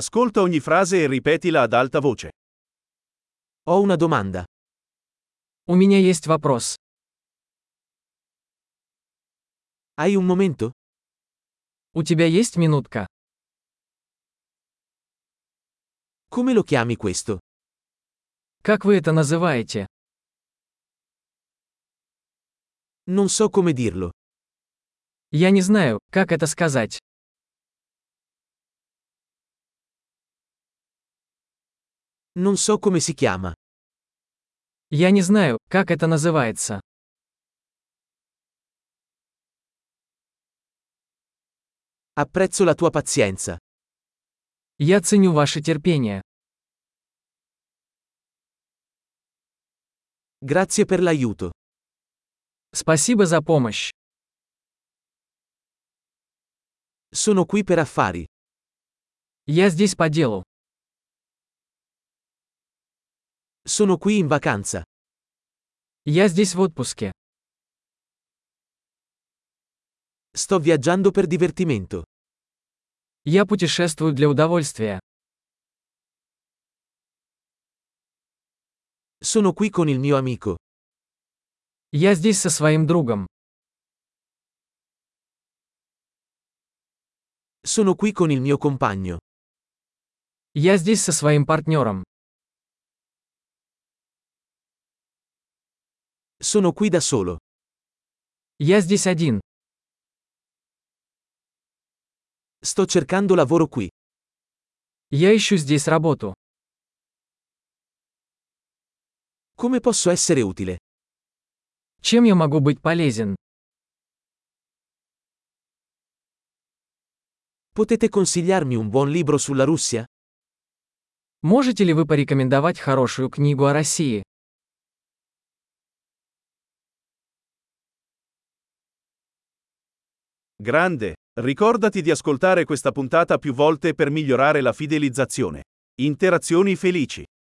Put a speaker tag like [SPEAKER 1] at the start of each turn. [SPEAKER 1] Ascolta ogni frase e ripetila ad alta voce.
[SPEAKER 2] Ho una domanda.
[SPEAKER 3] У меня есть вопрос.
[SPEAKER 2] Hai un momento?
[SPEAKER 3] У тебя есть минутка?
[SPEAKER 2] Come lo chiami questo?
[SPEAKER 3] Как вы это называете?
[SPEAKER 2] Non so come dirlo.
[SPEAKER 3] Я не знаю, как это сказать.
[SPEAKER 2] Non so come si chiama.
[SPEAKER 3] Я не знаю, как это называется.
[SPEAKER 2] Apprezzo la tua pazienza.
[SPEAKER 3] Я ценю ваше терпение.
[SPEAKER 2] Grazie per l'aiuto.
[SPEAKER 3] Спасибо за помощь.
[SPEAKER 2] Sono qui per affari.
[SPEAKER 3] Я здесь по делу.
[SPEAKER 2] Sono qui in vacanza.
[SPEAKER 3] Я здесь в отпуске.
[SPEAKER 2] Sto viaggiando per divertimento.
[SPEAKER 3] Я путешествую для удовольствия.
[SPEAKER 2] Sono qui con il mio amico.
[SPEAKER 3] Я здесь со своим другом.
[SPEAKER 2] Sono qui con il mio compagno.
[SPEAKER 3] Я здесь со своим партнером.
[SPEAKER 2] Sono qui da solo.
[SPEAKER 3] Я здесь один.
[SPEAKER 2] Sto cercando lavoro qui.
[SPEAKER 3] Я ищу здесь работу.
[SPEAKER 2] Come posso essere utile?
[SPEAKER 3] Чем я могу быть полезен?
[SPEAKER 2] Potete consigliarmi un buon libro sulla Russia?
[SPEAKER 3] Можете ли вы порекомендовать хорошую книгу о России?
[SPEAKER 1] Grande, ricordati di ascoltare questa puntata più volte per migliorare la fidelizzazione. Interazioni felici.